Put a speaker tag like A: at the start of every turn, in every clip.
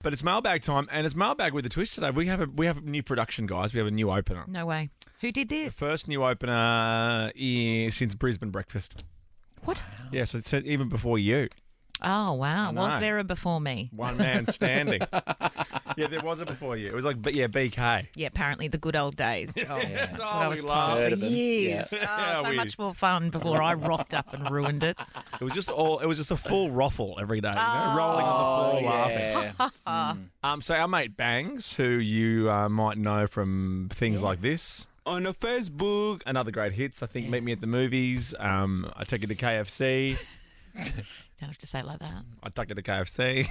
A: But it's mailbag time, and it's mailbag with a twist today. We have a we have a new production, guys. We have a new opener.
B: No way. Who did
A: The
B: this?
A: first new opener i- since Brisbane breakfast.
B: What?
A: Yeah, so it's even before you,
B: Oh, wow.
A: know.
B: Was there a before me?
A: one man standing. yeah, there was a before you. It was like, but yeah, BK.
B: Yeah, apparently the good old days. Oh, yeah. That's what
A: Oh,
B: I
A: we
B: was told
A: laughed.
B: for
C: Heard of them.
B: years.
A: Yeah.
B: Oh, so
A: We-
B: much more fun before I rocked up and ruined it.
A: It was just all. It was just a full ruffle every day, you
B: Oh,
A: know, rolling on the floor, laughing.
B: Mm.
A: Um, so our mate Bangs, who you uh, might know from things like this,
D: on a Facebook.
A: and other great hits. I think Meet Me at the Movies. Um, I take it to KFC.
B: Don't have to say it like that.
A: I tuck it to KFC.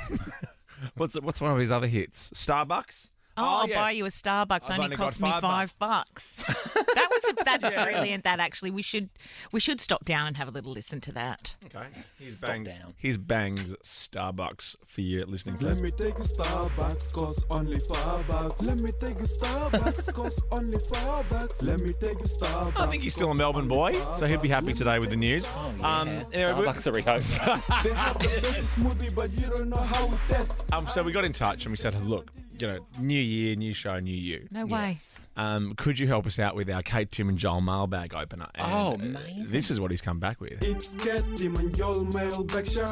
A: what's what's one of his other hits? Starbucks.
B: Oh, I'll
A: yeah.
B: buy you a Starbucks.
A: I've
B: only,
A: only
B: cost
A: got
B: me
A: five
B: five bucks. that was a, that's brilliant. That actually, we should we should stop down and have a little listen to that.
A: Okay. He's bangs.
C: down.
A: He's bangs Starbucks for you listening.
D: Let
A: Clip.
D: me take a Starbucks, cause only five bucks. Let me take a Starbucks, cause only five bucks. Let me take a Starbucks.
A: I think he's still a Melbourne boy, so he'd be happy today with the news. Um, anyway, we-
C: Starbucks are reopened.
D: They have the best smoothie, but you don't know how it tastes.
A: um, so we got in touch and we said, look, you know, new year, new show, new you.
B: No way.
A: Um, could you help us out with our Kate, Tim, and Joel mailbag opener? And,
C: Oh,
A: uh,
C: amazing.
A: This is what he's come back with.
D: It's Katim and your mailbag share.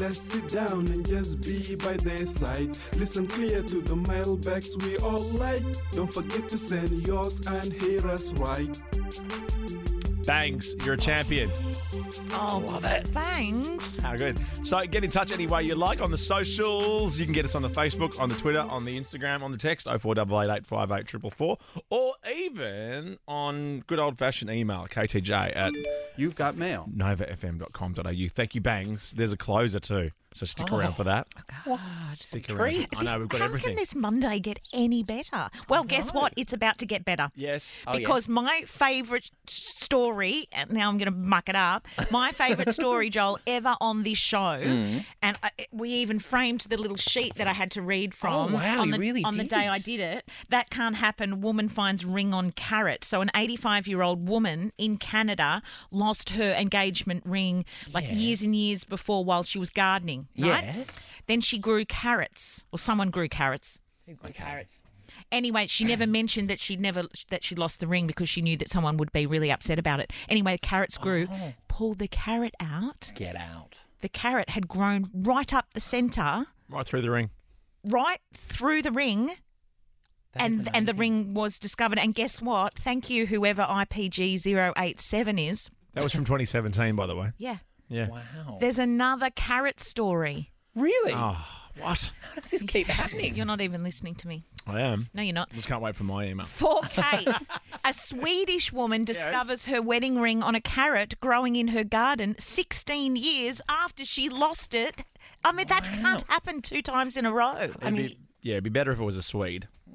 D: Let's sit down and just be by their side. Listen clear to the mailbags we all like. Don't forget to send yours and hear us right.
A: Bangs, you're a champion.
B: Oh,
C: Love it.
B: thanks.
A: How good. So get in touch any way you like on the socials. You can get us on the Facebook, on the Twitter, on the Instagram, on the text 0488858444, or even on good old fashioned email, ktj at
E: You've got mail.
A: novafm.com.au. Thank you, Bangs. There's a closer too. So stick around for that.
B: Oh. God.
A: Stick around. I know, we've got
B: How
A: everything.
B: can this Monday get any better? Well, guess what? It's about to get better.
A: yes.
C: Oh,
E: Oh,
C: yeah.
B: because my favourite s- story, and now I'm going to muck it up, my favourite story, Joel, ever on this show,
C: Mm.
B: and I, we even framed the little sheet that I had to read from
C: Oh, wow,
B: on,
C: you
B: the,
C: really
B: on the day
C: did.
B: I did it. That can't happen. Woman finds ring on carrot. So an 85 year old woman in Canada lost her engagement ring like years and years before while she was gardening. Right?
C: Yeah.
B: Then she grew carrots, or someone grew carrots.
C: Carrots.
B: Anyway, she never mentioned that she never that she lost the ring because she knew that someone would be really upset about it. Anyway, the carrots grew. Pulled the carrot out.
C: Oh. Get out.
B: The carrot had grown right up the center,
A: Right through the ring.
B: right through the ring,
C: That is
B: and and the
C: amazing.
B: ring was discovered. And guess what? Thank you, whoever IPG 087 is.
A: That was from 2017, by the way.
B: Yeah.
A: Yeah.
C: Wow.
B: There's another carrot story.
C: Really?
A: Oh, what?
C: How does this keep happening?
B: You're not even listening to me.
A: I am.
B: No, you're not.
A: Just can't wait for my email.
B: For Kate, a Swedish woman discovers her wedding ring on a carrot growing in her garden 16 years after she lost it. I mean, that can't happen two times in a row.
C: I mean,
A: Yeah, it'd be better if it was a Swede.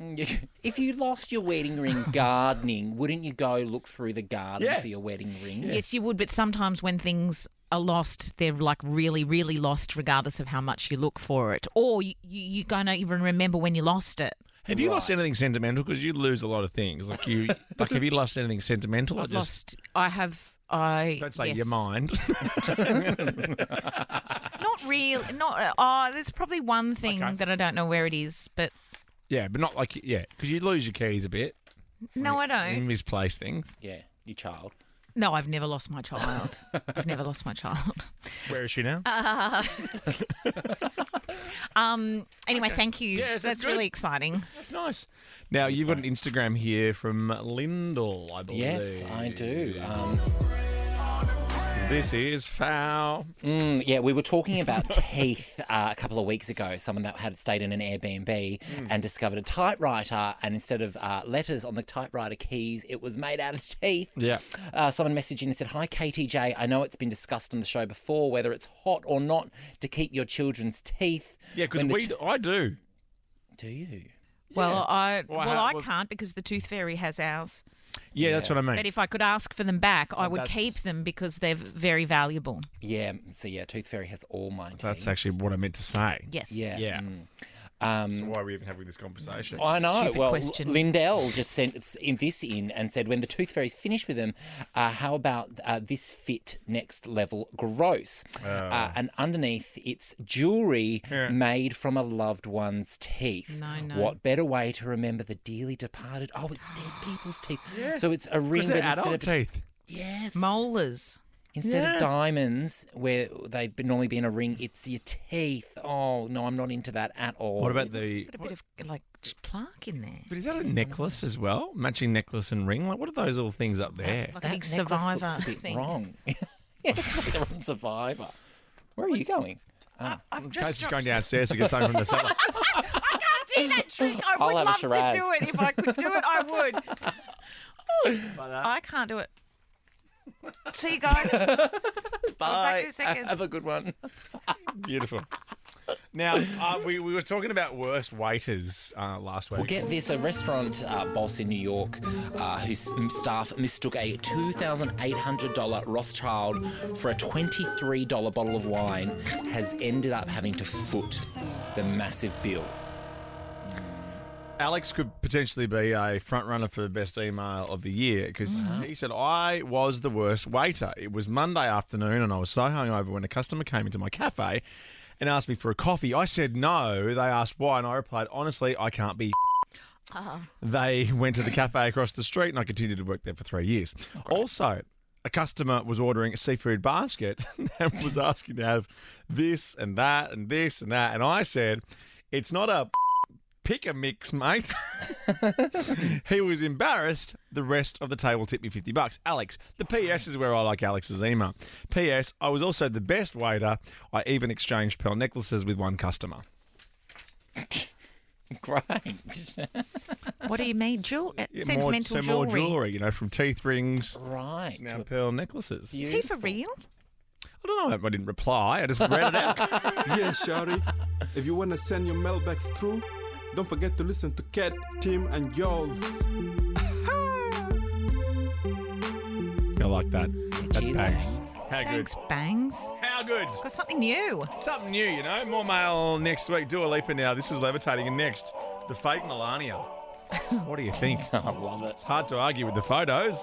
C: if you lost your wedding ring gardening, wouldn't you go look through the garden
A: Yeah.
C: for your wedding ring?
B: Yes, you would, but sometimes when things are lost, they're like really, really lost, regardless of how much you look for it. Or you, you, you don't even remember when you lost it.
A: Have you lost anything sentimental? Because you lose a lot of things. Like you, like have you lost anything sentimental? or
B: I've lost. I have. I
A: Don't say
B: yes.
A: your mind.
B: Not real. Not. Oh, there's probably one thing
A: Okay.
B: that I don't know where it is, but
A: yeah, but not like yeah, because you lose your keys a bit.
B: no, I don't.
A: You misplace things.
C: Yeah, your child.
B: No, I've never lost my child. I've never lost my child.
A: Where is she now?
C: Uh,
B: Um. Anyway, thank you.
A: Yes, that's
B: that's
A: good.
B: really exciting.
A: That's nice. Now you've got an Instagram here from Lyndall, I believe.
C: Yes, I do. Um,
A: This is foul.
C: Mm, yeah, we were talking about teeth uh, a couple of weeks ago. Someone that had stayed in an Airbnb
A: Hmm.
C: and discovered a typewriter, and instead of uh, letters on the typewriter keys, it was made out of teeth.
A: Yeah.
C: Uh, someone messaged in and said, Hi, KTJ. I know it's been discussed on the show before whether it's hot or not to keep your children's teeth.
A: Yeah, because
C: when the
A: we,
C: ch-
A: d I I do.
C: do. you?
B: Well, I well,
A: Well, how-
B: I
A: well-
B: can't because the tooth fairy has ours.
A: Yeah, that's what I mean.
B: But if I could ask for them back, I would
A: that's-
B: keep them because they're very valuable.
C: Yeah, so yeah, Tooth Fairy has all my teeth.
A: that's actually what I meant to say.
B: Yes.
C: Yeah.
A: Yeah.
C: mm.
A: So why are we even having this conversation?
C: I know.
B: Stupid
C: Well,
B: question.
C: Lindell just sent s- in this in and said, when the Tooth Fairies finish with them, uh, how about uh, this fit next level gross? Uh,
A: Oh.
C: and underneath, it's jewelry made from a loved one's teeth.
B: No, no.
C: What better way to remember the dearly departed? Oh, it's dead people's teeth. So it's a ring,
A: Because
C: but
A: they're
C: instead
A: adult
C: of
A: teeth.
C: yes,
B: Molars.
C: instead
A: Yeah.
C: of diamonds where they'd be- normally be in a ring, it's your teeth. Oh no, I'm not into that at all.
A: What about the?
B: Got a bit of like plaque in there.
A: But is that a necklace as well? Matching necklace and ring. Like, what are those little things up there?
B: Like a
C: that
B: big
C: necklace
B: survivor
C: looks a bit
B: thing.
C: wrong. yeah, it's like the wrong survivor. Where are you going?
B: I've
A: Case
B: just
A: is going downstairs to get something from the cellar.
B: I can't do that trick. I
C: I'll
B: would
C: have a
B: love to
C: Shiraz.
B: do it. If I could do it, I would. I can't do it. See you guys. Bye. Back in a second.
C: Have a good one.
A: Beautiful. Now uh, we, we were talking about worst waiters uh, last week.
C: Well, get this a restaurant uh, boss in New York uh, whose staff mistook a $2,800 Rothschild for a $23 bottle of wine has ended up having to foot the massive bill.
A: Alex could potentially be a front runner for best email of the year because he said I was the worst waiter. It was Monday afternoon and I was so hungover when a customer came into my cafe and asked me for a coffee. I said no. They asked why and I replied honestly I can't be. They went to the cafe across the street and I continued to work there for three years. also. A customer was ordering a seafood basket and was asking to have this and that and this and that. And I said, It's not a pick a mix, mate. he was embarrassed. The rest of the table tipped me 50 bucks. Alex, the PS is where I like Alex's email. PS, I was also the best waiter. I even exchanged pearl necklaces with one customer.
C: Great.
B: What do you mean? Jewel- uh,
A: Yeah,
B: sentimental
A: more, so more
B: jewelry.
A: jewelry, you know, from teeth rings.
C: right.
A: Now pearl necklaces.
B: Is he for real?
A: I don't know. I didn't reply. I just read it out.
D: Yeah, Shari. If you wanna send your mailbags through, don't forget to listen to Cat, Tim, and Girls.
A: I like that. That's bangs.
C: Cheers, Bangs.
A: How good?
B: Thanks, Bangs.
A: How good?
B: Got something new.
A: Something new, you know. More mail next week. Do a leaper now. This is levitating, and next, the fake Melania. What do you think?
C: I love it.
A: Hard to argue with the photos.